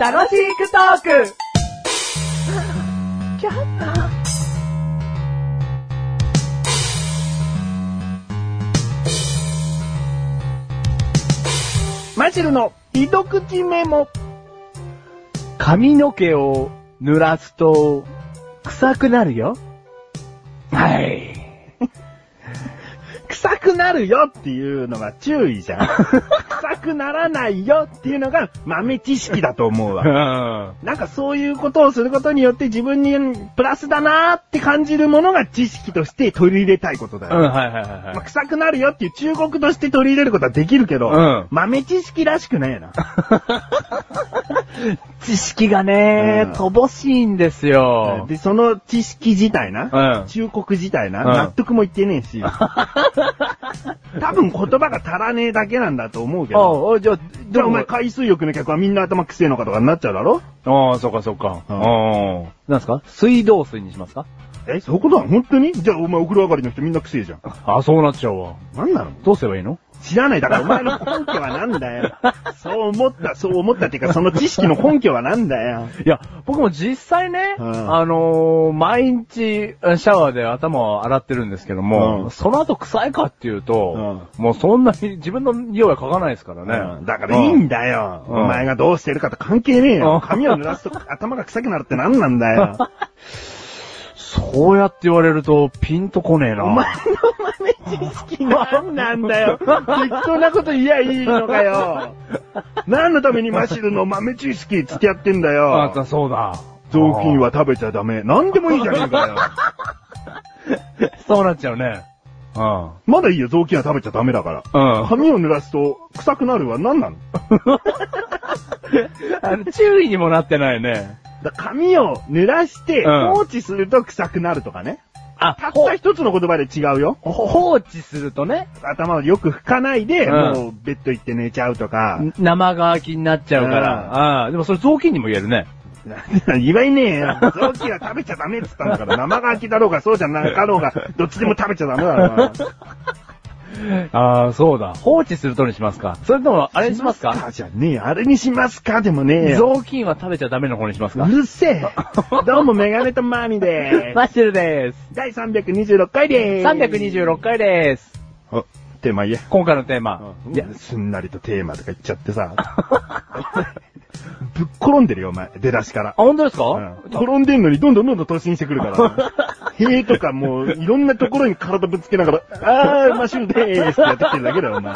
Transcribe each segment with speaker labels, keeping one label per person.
Speaker 1: 楽しくトーク
Speaker 2: マシルの一口メモ。髪の毛を濡らすと臭くなるよ。はい。臭くなるよっていうのが注意じ ゃん。臭くならないよっていうのが豆知識だと思うわ。
Speaker 3: ん。
Speaker 2: なんかそういうことをすることによって自分にプラスだなーって感じるものが知識として取り入れたいことだよ。
Speaker 3: うん、はいはいはい
Speaker 2: まあ
Speaker 3: は
Speaker 2: 臭くなるよっていう忠告として取り入れることはできるけど、
Speaker 3: うん
Speaker 2: 豆知識らしくねえな。
Speaker 3: い。知識がね
Speaker 2: うん、
Speaker 3: 乏しいんですよ。
Speaker 2: で、その知識自体な、
Speaker 3: うん
Speaker 2: 忠告自体な、
Speaker 3: うん
Speaker 2: 納得もいってねえ し、多分言葉が足らねえだけなんだと思うけど、
Speaker 3: おうおうじゃあ、
Speaker 2: じ
Speaker 3: で
Speaker 2: ゃあお
Speaker 3: も
Speaker 2: 前、海水浴の客はみんな頭くせえのかとかになっちゃうだろ
Speaker 3: ああ、そっかそっか。
Speaker 2: う
Speaker 3: うんん。なんすか水道水にしますか
Speaker 2: え、そういうことなの本当にじゃあお前お風呂上がりの人みんなくせえじゃん。
Speaker 3: あ、そうなっちゃうわ。
Speaker 2: なんなの
Speaker 3: どうすればいいの
Speaker 2: 知らない。だからお前の根拠はなんだ よ。そう思った、そう思ったっていうか、その知識の根拠はなんだよ。
Speaker 3: いや、僕も実際ね、
Speaker 2: うん
Speaker 3: あのー毎日あシャワーで頭を洗ってるんですけども、
Speaker 2: うん
Speaker 3: その後臭いかっていうと、もうそんなに自分の匂いは嗅がないですからね。
Speaker 2: だからいいんだよ。
Speaker 3: うん
Speaker 2: お前がどうしてるかと関係ねえ
Speaker 3: う
Speaker 2: よ
Speaker 3: ん。
Speaker 2: 髪を濡らすと頭が臭くなるって何なんだよ。
Speaker 3: そうやって言われるとピンとこねえな。
Speaker 2: お前の豆知識何なんだよ。適当なこと言えばいいのかよ。何のためにマシルの豆知識付き合ってんだ
Speaker 3: ああ
Speaker 2: よ。
Speaker 3: そうだ。
Speaker 2: 雑巾は食べちゃダメ。何でもいいじゃねえかよ。
Speaker 3: ああ。 そうなっちゃうね。うん。
Speaker 2: まだいいよ、雑巾は食べちゃダメだから。
Speaker 3: うん。
Speaker 2: 髪を濡らすと臭くなるは何なの
Speaker 3: あの注意にもなってないね。
Speaker 2: だ髪を濡らして
Speaker 3: うん
Speaker 2: 放置すると臭くなるとかね。
Speaker 3: あ
Speaker 2: たった一つの言葉で違うよ。
Speaker 3: ほ放置するとね、
Speaker 2: 頭をよく拭かないで、
Speaker 3: うん
Speaker 2: もうベッド行って寝ちゃうとか。
Speaker 3: 生乾きになっちゃ
Speaker 2: う
Speaker 3: うか
Speaker 2: ん
Speaker 3: ら。ああ、でもそれ雑巾にも言えるね。
Speaker 2: 言わねえよ。臓器は食べちゃダメって言ったんだから、生乾きだろうがそうじゃなかろうが、どっちでも食べちゃダメだろうな。
Speaker 3: ああ、そうだ。放置するとにしますか。それとも、あれにしますか
Speaker 2: じゃねえよ。あれにしますかでもねえよ。
Speaker 3: 雑巾は食べちゃダメの方にします
Speaker 2: う
Speaker 3: か
Speaker 2: るせえ。どうもメガネとマーミーでー
Speaker 3: マッシュルです。
Speaker 2: す。第326回でーす。
Speaker 3: 326回です。
Speaker 2: あ、テーマ言え。
Speaker 3: 今回のテーマ。い
Speaker 2: い
Speaker 3: や
Speaker 2: や、、すんなりとテーマとか言っちゃってさ。ぶっ転んでるよ、お前。出だしから
Speaker 3: あ、。本当ですか、
Speaker 2: うん転んでんのにどんどんどんどん突進してくるから。 塀とかもう、いろんなところに体ぶつけながら、あー、マシュルでーすってやってきてるだけだよ、お前。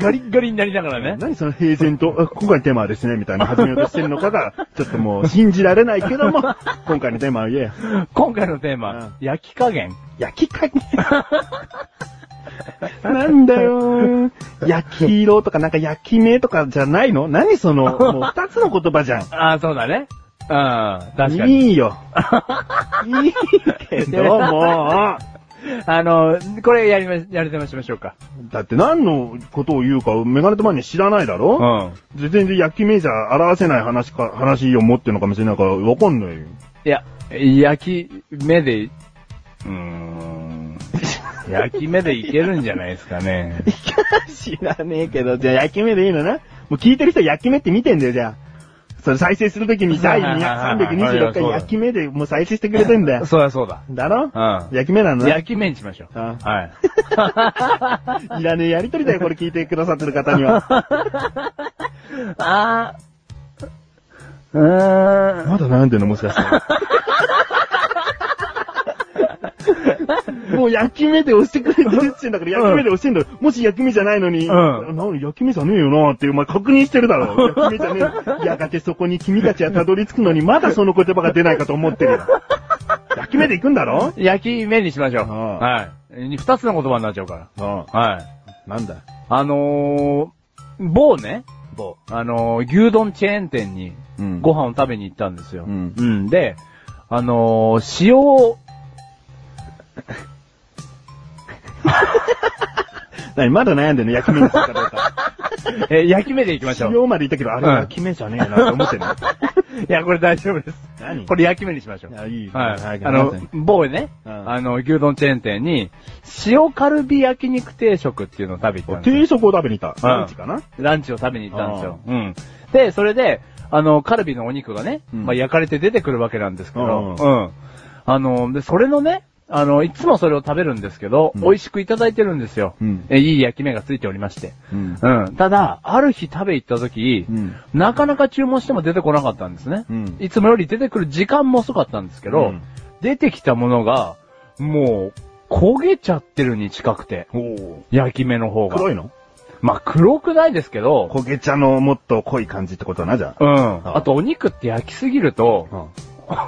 Speaker 3: ガリッガリになりながらね。
Speaker 2: 何その平然と、あ今回のテーマはですね、みたいな始めようとしてるのか が、ちょっともう信じられないけども、今回のテーマは言えよ。
Speaker 3: 今回のテー
Speaker 2: う
Speaker 3: マ
Speaker 2: ん、
Speaker 3: 焼き加減。
Speaker 2: 焼き加 減。なんだよー焼き色とかなんか焼き目とかじゃないの何その、 もう二つの言葉じゃん。
Speaker 3: ああ、そうだね。うん、確かに。
Speaker 2: いい よ。いいけどもう。
Speaker 3: あの、これやりま、やりてましましょうか。
Speaker 2: だって何のことを言うかメガネとマニア知らないだ
Speaker 3: う
Speaker 2: ろ、
Speaker 3: ん。
Speaker 2: 全然焼き目じゃ表せない話か、話を持ってるのかもしれないからわかんないよ。
Speaker 3: いや、焼き目で、うー ん。焼き目でいけるんじゃないですかね。
Speaker 2: 知らねえけど、じゃあ焼き目でいいのなもう聞いてる人焼き目って見てんだよ、じゃあ。それ再生するときに第
Speaker 3: はいはいはい
Speaker 2: 326回焼き目でもう再生してくれてんだ よ。
Speaker 3: そうだそうだ。
Speaker 2: だろ
Speaker 3: う
Speaker 2: 焼き目なの
Speaker 3: ん。
Speaker 2: な
Speaker 3: 焼き目にしましょう。
Speaker 2: あ
Speaker 3: はい。
Speaker 2: いらねえやりとりだよ、これ聞いてくださってる方には。
Speaker 3: あー。うーん。
Speaker 2: まだ悩んでるのもしかして。もう焼き目で押してくれてるっつうんだから、焼
Speaker 3: うん
Speaker 2: き目で押してんだよ。もし焼き目じゃないのに、
Speaker 3: ん
Speaker 2: なん焼き目じゃねえよなって、お前確認してるだろ。焼き目じゃねえ。やがてそこに君たちはたどり着くのに、まだその言葉が出ないかと思ってるよ。焼き目で行くんだろ
Speaker 3: 焼き目にしましょう。
Speaker 2: うん
Speaker 3: はい。二つの言葉になっちゃうか
Speaker 2: あ
Speaker 3: ら。はい。
Speaker 2: あ、なんだ。
Speaker 3: あのー、某ね、
Speaker 2: 棒。
Speaker 3: あのー、牛丼チェーン店に
Speaker 2: うん
Speaker 3: ご飯を食べに行ったんですよ。
Speaker 2: うん
Speaker 3: で、あのー、塩を、
Speaker 2: 何まだ悩んでるの焼き目にするかどう か。
Speaker 3: え、焼き目でいきましょう。
Speaker 2: 塩まで言ったけど、あれ
Speaker 3: うん
Speaker 2: 焼き目じゃねえなって思ってるの。
Speaker 3: いや、これ大丈夫です。
Speaker 2: え何
Speaker 4: これ焼き目にしましょう。
Speaker 2: あいい。
Speaker 3: はい。
Speaker 2: はい。
Speaker 3: あの、某ね、
Speaker 2: うん
Speaker 3: あの、牛丼チェーン店に、塩カルビ焼肉定食っていうのを食べに行ったんですよ
Speaker 2: 定食を食べに行った。
Speaker 3: うん
Speaker 2: ランチかな
Speaker 3: ランチを食べに行ったんですよ。うん。で、それで、あの、カルビのお肉がね、
Speaker 2: うん
Speaker 3: まあ、焼かれて出てくるわけなんですけど、
Speaker 2: う
Speaker 3: うん。あの、で、それのね、あの、いつもそれを食べるんですけど、
Speaker 2: うん
Speaker 3: 美味しくいただいてるんですよ。
Speaker 2: うん
Speaker 3: えいい焼き目がついておりまして。
Speaker 2: うん
Speaker 3: うん。ただ、ある日食べ行った時、
Speaker 2: うん
Speaker 3: なかなか注文しても出てこなかったんですね。
Speaker 2: うん
Speaker 3: いつもより出てくる時間も遅かったんですけど、
Speaker 2: うん
Speaker 3: 出てきたものが、もう、焦げちゃってるに近くて、
Speaker 2: お
Speaker 3: 焼き目の方が。
Speaker 2: 黒いの
Speaker 3: まあ、黒くないですけど、
Speaker 2: 焦げ茶のもっと濃い感じってことだな、じゃあ。
Speaker 3: うん。あと、お肉って焼きすぎると、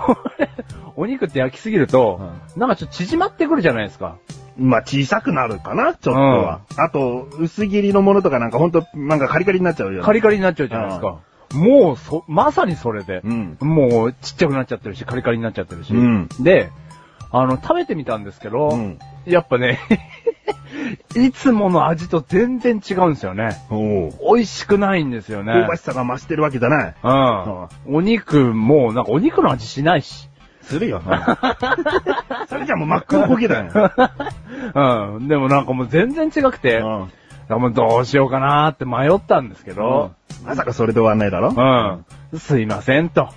Speaker 3: お肉って焼きすぎると、なんかちょっと縮まってくるじゃないですか。
Speaker 2: まあ、小さくなるかな、ちょっとは。あと、薄切りのものとかなんかほんと、なんかカリカリになっちゃうよ。
Speaker 3: カリカリになっちゃうじゃないですか。もう、そ、まさにそれで
Speaker 2: う、ん。
Speaker 3: もう、ちっちゃくなっちゃってるし、カリカリになっちゃってるし。
Speaker 2: うん
Speaker 3: で、あの、食べてみたんですけど、
Speaker 2: うん。
Speaker 3: やっぱね、 いつもの味と全然違うんですよね。
Speaker 2: おう
Speaker 3: 美味しくないんですよね。
Speaker 2: 香ばしさが増してるわけじゃない。
Speaker 3: うん。お肉も、なんかお肉の味しないし。
Speaker 2: するよ。 それじゃもう真っ黒焦げだ よ。
Speaker 3: うん。でもなんかもう全然違くて、だからもうどうしようかなーって迷ったんですけど、
Speaker 2: まさかそれで終わんないだろ
Speaker 3: うん。すいませんと、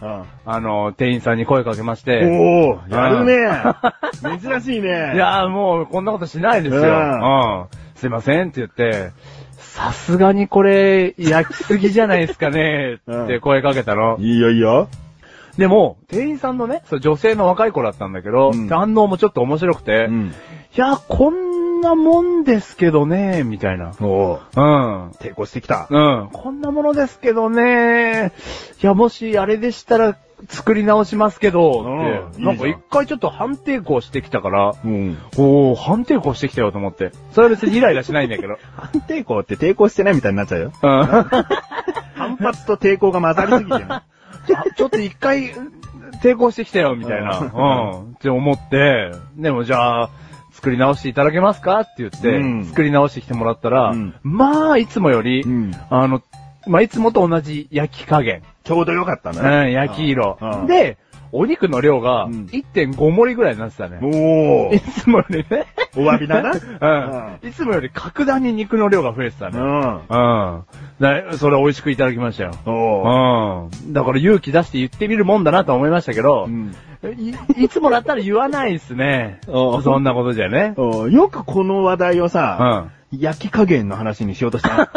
Speaker 3: あの、店員さんに声かけまして、
Speaker 2: おおやるね珍しいね
Speaker 3: いやーもうこんなことしないですよ。
Speaker 2: う
Speaker 3: うんん。すいませんって言って、さすがにこれ、焼きすぎじゃないですかね
Speaker 2: うん
Speaker 3: って声かけたの。
Speaker 2: いいよいいよ。
Speaker 3: でも、店員さんのね、そう女性の若い子だったんだけど、
Speaker 2: うん
Speaker 3: 反応もちょっと面白くて、い
Speaker 2: ん。
Speaker 3: や、こんなもんですけどね、みたいな。
Speaker 2: おお
Speaker 3: うん。
Speaker 2: 抵抗してきた。
Speaker 3: うん。こんなものですけどね、いや、もしあれでしたら作り直しますけど、
Speaker 2: うん
Speaker 3: っ
Speaker 2: いいじ
Speaker 3: て、
Speaker 2: ゃん
Speaker 3: なんか一回ちょっと反抵抗してきたから、
Speaker 2: うん。
Speaker 3: おー、反抵抗してきたよと思って。それは別にイライラしないんだ けど。
Speaker 2: 反抵抗って抵抗してないみたいになっちゃうよ。
Speaker 3: うん。あ
Speaker 2: 反発と抵抗が混ざりすぎてる。
Speaker 3: ちょっと一回抵抗してきたよ、みたいな。
Speaker 2: う
Speaker 3: うん。って思って、でもじゃあ、作り直していただけますかって言って、
Speaker 2: うん
Speaker 3: 作り直してきてもらったら、
Speaker 2: うん
Speaker 3: まあ、いつもより、
Speaker 2: うん
Speaker 3: あの、まあ、いつもと同じ焼き加減。
Speaker 2: ちょうどよかった
Speaker 3: う
Speaker 2: ね。
Speaker 3: ん、焼き色
Speaker 2: うんうん。
Speaker 3: で、お肉の量が
Speaker 2: うん
Speaker 3: 1.5盛りぐらいになってたね。
Speaker 2: おお
Speaker 3: いつもよりね。
Speaker 2: お詫びだな。
Speaker 3: うん。いつもより格段に肉の量が増えて た
Speaker 2: う
Speaker 3: ね。
Speaker 2: ん。
Speaker 3: うん。だそれ美味しくいただきましたよ。
Speaker 2: おお
Speaker 3: うん。だから勇気出して言ってみるもんだなと思いましたけど、いいつもだったら言わないですね。
Speaker 2: お
Speaker 3: そんなことじゃね。
Speaker 2: およくこの話題を
Speaker 3: う
Speaker 2: さ、
Speaker 3: ん。
Speaker 2: 焼き加減の話にしようとしたな。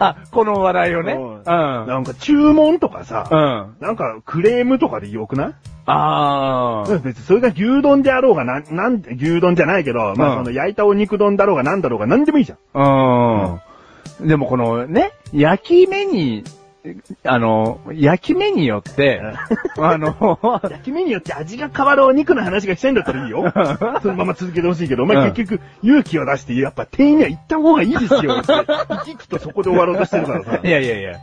Speaker 3: あ、この話題をね。
Speaker 2: うん
Speaker 3: うん。うん。
Speaker 2: なんか注文とかさ、
Speaker 3: あ
Speaker 2: なんかクレームとかでよくない
Speaker 3: あー。
Speaker 2: 別にそれが牛丼であろうがな、なん、牛丼じゃないけど、まあ
Speaker 3: う
Speaker 2: そ
Speaker 3: ん
Speaker 2: の焼いたお肉丼だろうがなんだろうがなんでもいいじゃん。
Speaker 3: うん。でもこのね、焼き目に、あの、焼き目によって、あの、
Speaker 2: 焼き目によって味が変わるお肉の話がしたいんだったらいいよ。そのまま続けてほしいけど、お前
Speaker 3: うん
Speaker 2: 結局勇気を出して、やっぱ店員には行った方がいいです よ。って生き生きとそこで終わろうとしてるからさ。
Speaker 3: いやいやいや、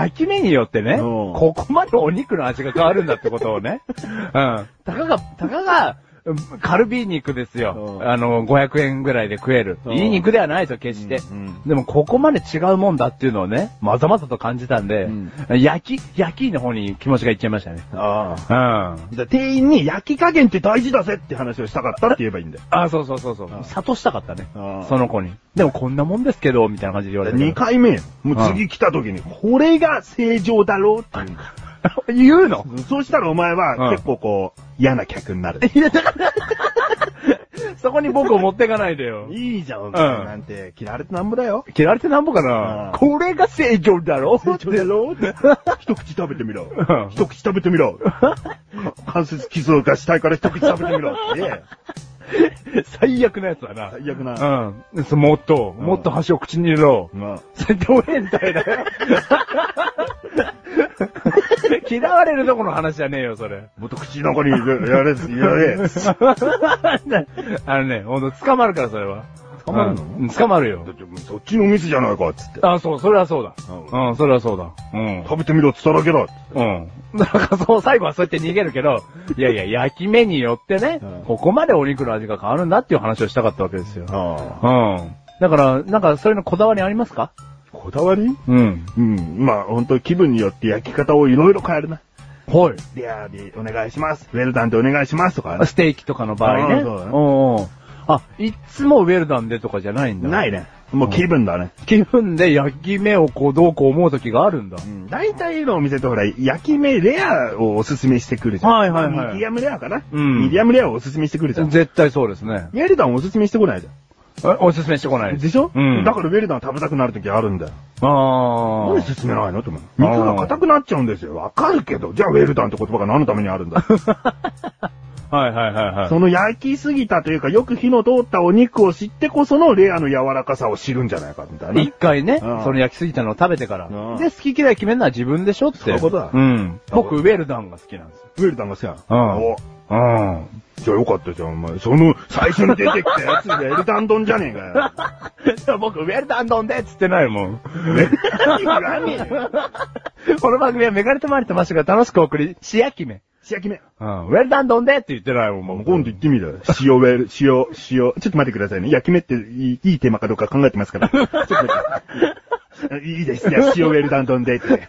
Speaker 3: 焼き目によってね、
Speaker 2: うん
Speaker 3: ここまでお肉の味が変わるんだってことをね、うん。たかが、たかが、うんカルビ肉ですよ。
Speaker 2: うん
Speaker 3: あの、500円ぐらいで食える。
Speaker 2: うん
Speaker 3: いい肉ではないと、決して。
Speaker 2: うん
Speaker 3: でも、ここまで違うもんだっていうのをね、まざまざと感じたんで、
Speaker 2: うん
Speaker 3: 焼き、焼きの方に気持ちがいっちゃいましたね。
Speaker 2: ああ。
Speaker 3: うん。
Speaker 2: じゃあ店員に焼き加減って大事だぜって話をしたかったって言えばいいんだよ。
Speaker 3: あ、そうそうそうそう
Speaker 2: あ。
Speaker 3: 諭したかったね
Speaker 2: あ。
Speaker 3: その子に。でもこんなもんですけど、みたいな感じで言われ
Speaker 2: 2
Speaker 3: て。
Speaker 2: 回目よもう次来た時に、これが正常だろうって言うんだよ
Speaker 3: 言うの
Speaker 2: そうしたらお前
Speaker 3: うん
Speaker 2: は結構こう、嫌な客になる。
Speaker 3: いや、だから、そこに僕を持ってかないで よ。
Speaker 2: いいじゃん、お前
Speaker 3: 前
Speaker 2: な
Speaker 3: なん
Speaker 2: て嫌われてなんぼだよ。
Speaker 3: 嫌われてなんぼかな
Speaker 2: うん
Speaker 3: これが正常だろ
Speaker 2: 成長だろ一口食べてみろ
Speaker 3: うん。
Speaker 2: 一口食べてみろ。関節傷がしたいから一口食べてみろ。ね
Speaker 3: 最悪なやつだな。
Speaker 2: 最悪な。
Speaker 3: うん。そもっと、
Speaker 2: うん
Speaker 3: もっと箸を口に入れろ。
Speaker 2: まあ
Speaker 3: それド変態だよ。 嫌われるとこの話じゃねえよ、そ れ。
Speaker 2: もっと口の中にやれ、やれ。
Speaker 3: あのね、ほんと捕まるから、それは。
Speaker 2: 捕まるの
Speaker 3: うん捕まるよ。
Speaker 2: そっちのミスじゃないか、つって。
Speaker 3: あ、そう、それはそうだ。
Speaker 2: う
Speaker 3: うん、それはそうだ。うん。
Speaker 2: 食べてみろって言っただけだ。
Speaker 3: うん。 なんかそう、最後はそうやって逃げるけど、いやいや、焼き目によってね、
Speaker 2: うん
Speaker 3: ここまでお肉の味が変わるんだっていう話をしたかったわけですよ。
Speaker 2: ああ。
Speaker 3: うん。だから、なんかそういうのこだわりありますか
Speaker 2: ここだわり
Speaker 3: うん。
Speaker 2: うん。まあ、ほんと気分によって焼き方をいろいろ変えるな。
Speaker 3: はい。
Speaker 2: リアでお願いします。ウェルダンでお願いしますとか、
Speaker 3: ステーキとかの場合
Speaker 2: あ
Speaker 3: ね。
Speaker 2: ーそうだね
Speaker 3: んうん。あ、いつもウェルダンでとかじゃないんだ。
Speaker 2: ない。ね。もう気分だね。
Speaker 3: 気分で焼き目をこうどうこう思う時があるんだ。
Speaker 2: うん。大体のお店とほら、焼き目レアをおすすめしてくるじゃん。
Speaker 3: はいはいはい
Speaker 2: ミディアムレアかな
Speaker 3: うん
Speaker 2: ミディアムレアをおすすめしてくるじゃん。ウ
Speaker 3: 絶対そうですね。
Speaker 2: ェルダンおすすめしてこないじゃ
Speaker 3: えおすすめしてこない
Speaker 2: ん。でしょ
Speaker 3: うん。
Speaker 2: だからウェルダン食べたくなる時あるんだよ。
Speaker 3: ら。あ
Speaker 2: なんで
Speaker 3: ー
Speaker 2: 進めないのって思う。肉が硬くなっちゃうんですよ。わかるけど。じゃあウェルダンって言葉が何のためにあるん だ。
Speaker 3: はいはいはいはい。
Speaker 2: その焼きすぎたというか、よく火の通ったお肉を知ってこそのレアの柔らかさを知るんじゃないか、みたいな。
Speaker 3: 一回ね、
Speaker 2: うん
Speaker 3: その焼きすぎたのを食べてから。
Speaker 2: うん
Speaker 3: で、好き嫌い決めるのは自分でしょって。
Speaker 2: そういうことだ
Speaker 3: うん。僕、ウェルダンが好きなんですよ。
Speaker 2: ウェルダンが好きな
Speaker 3: う
Speaker 2: の。
Speaker 3: ん
Speaker 2: お
Speaker 3: うん。
Speaker 2: じゃあよかったじゃん、お前。その、最初に出てきたやつ、ウェルダン丼じゃねえか
Speaker 3: 僕、ウェルダン丼でっつってないもん。
Speaker 2: よ。何が何よ
Speaker 3: この番組はメガネとマリとマッシュが楽しくお送り、し焼きめ。
Speaker 2: 仕焼き目。
Speaker 3: うん。ウェルダン丼でって言ってないもん、
Speaker 2: 今度行ってみる塩ウェル、塩、塩。ちょっと待ってくださいね。焼き目っていい いいテーマかどうか考えてますから。ちょっと待って。いいですね。塩ウェルダン丼でって。